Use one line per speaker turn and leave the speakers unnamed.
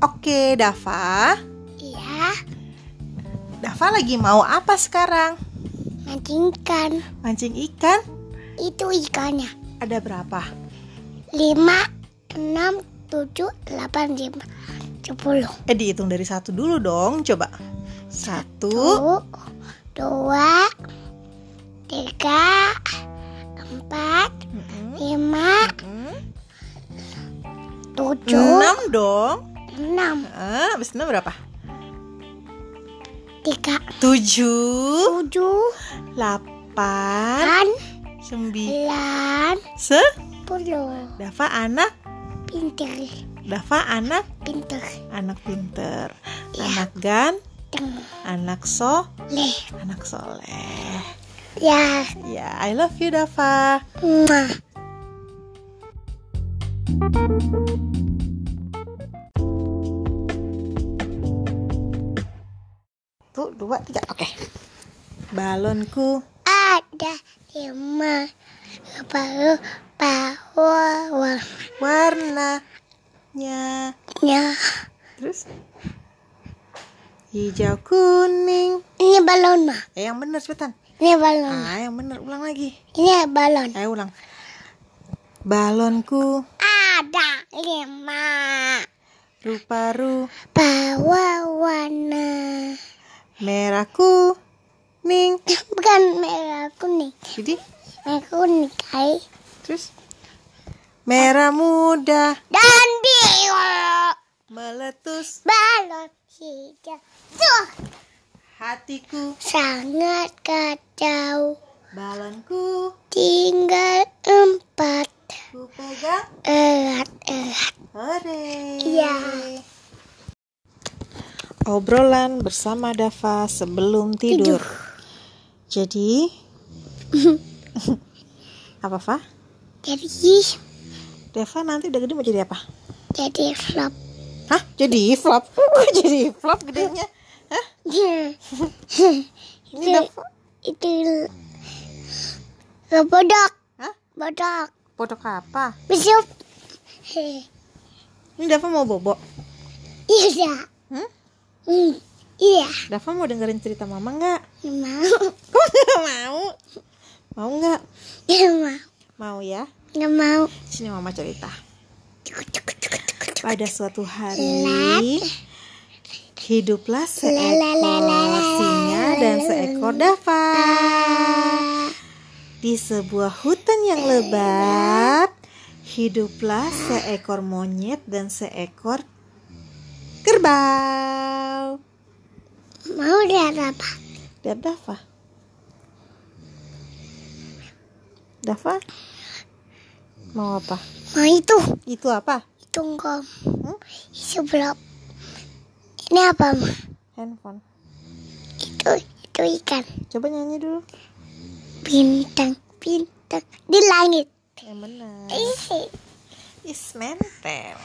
Oke, Dava.
Iya,
Dava lagi mau apa sekarang?
mancing ikan.
Mancing ikan?
Itu ikannya.
Ada berapa?
5, 6, 7, 8, 5, 10.
Eh, dihitung dari satu dulu dong. Coba. Satu,
1, 2, 3, 4,
mm,
5,
mm,
7,
enam dong.
6,
Eh, abis enam berapa?
3,
Tujuh,
7,
lapan,
8,
sembilan.
9,
Se,
10.
Dava anak,
Pinter,
Dava anak,
pinter.
anak pinter,
Iya.
anak gan,
Teng,
anak so,
leh.
anak soleh.
Ya,
Ya, I love you Dava.
mwah.
satu dua tiga oke balonku
ada lima baru baru
warnanya
warnanya
terus hijau kuning
ini balon mah
eh, yang bener cepetan
ini balon Ma.
ah yang bener ulang lagi
ini balon
ayo ulang balonku
ada lima
rupa-ru
bawa warna
merah kuning
Eh, bukan merah kuning
jadi
merah kuning kai
terus merah muda
dan di
meletus
balon hijau tuh
hatiku
sangat kacau
balonku
tinggal empat
ku pegang
erat erat
Hore.
Iya.
Obrolan bersama Dava sebelum tidur.
Tidur.
Jadi apa Fa?
jadi
Dava nanti udah gede mau jadi apa?
jadi flop
Hah? Jadi flop? Kok jadi flop gedenya? Hah?
Ya,
Ini Dava?
itu lo bodoh
Hah?
bodoh
Bodoh apa?
besok Heh,
Ini Dava mau bobo.
iya
Hmm?
Hmm, iya
Dava mau dengerin cerita Mama nggak?
Nggak mau
Kok nggak mau? Mau nggak?
nggak mau
Mau ya?
nggak mau
Sini Mama cerita.
Cukup, cukup, cukup, cukup, cukup.
Pada suatu hari hiduplah seekor
Lalalala.
singa dan seekor dava di sebuah hutan yang lebat. Hiduplah seekor monyet dan seekor kerbau.
mau lihat apa
Dan Dava. Dava mau apa?
mau itu
Itu apa?
tunggu
Hmm?
itu flop ini apa Ma?
Handphone.
itu itu ikan
Coba nyanyi dulu.
bintang bintang di langit
Yang benar.
Ih,
Is mentel.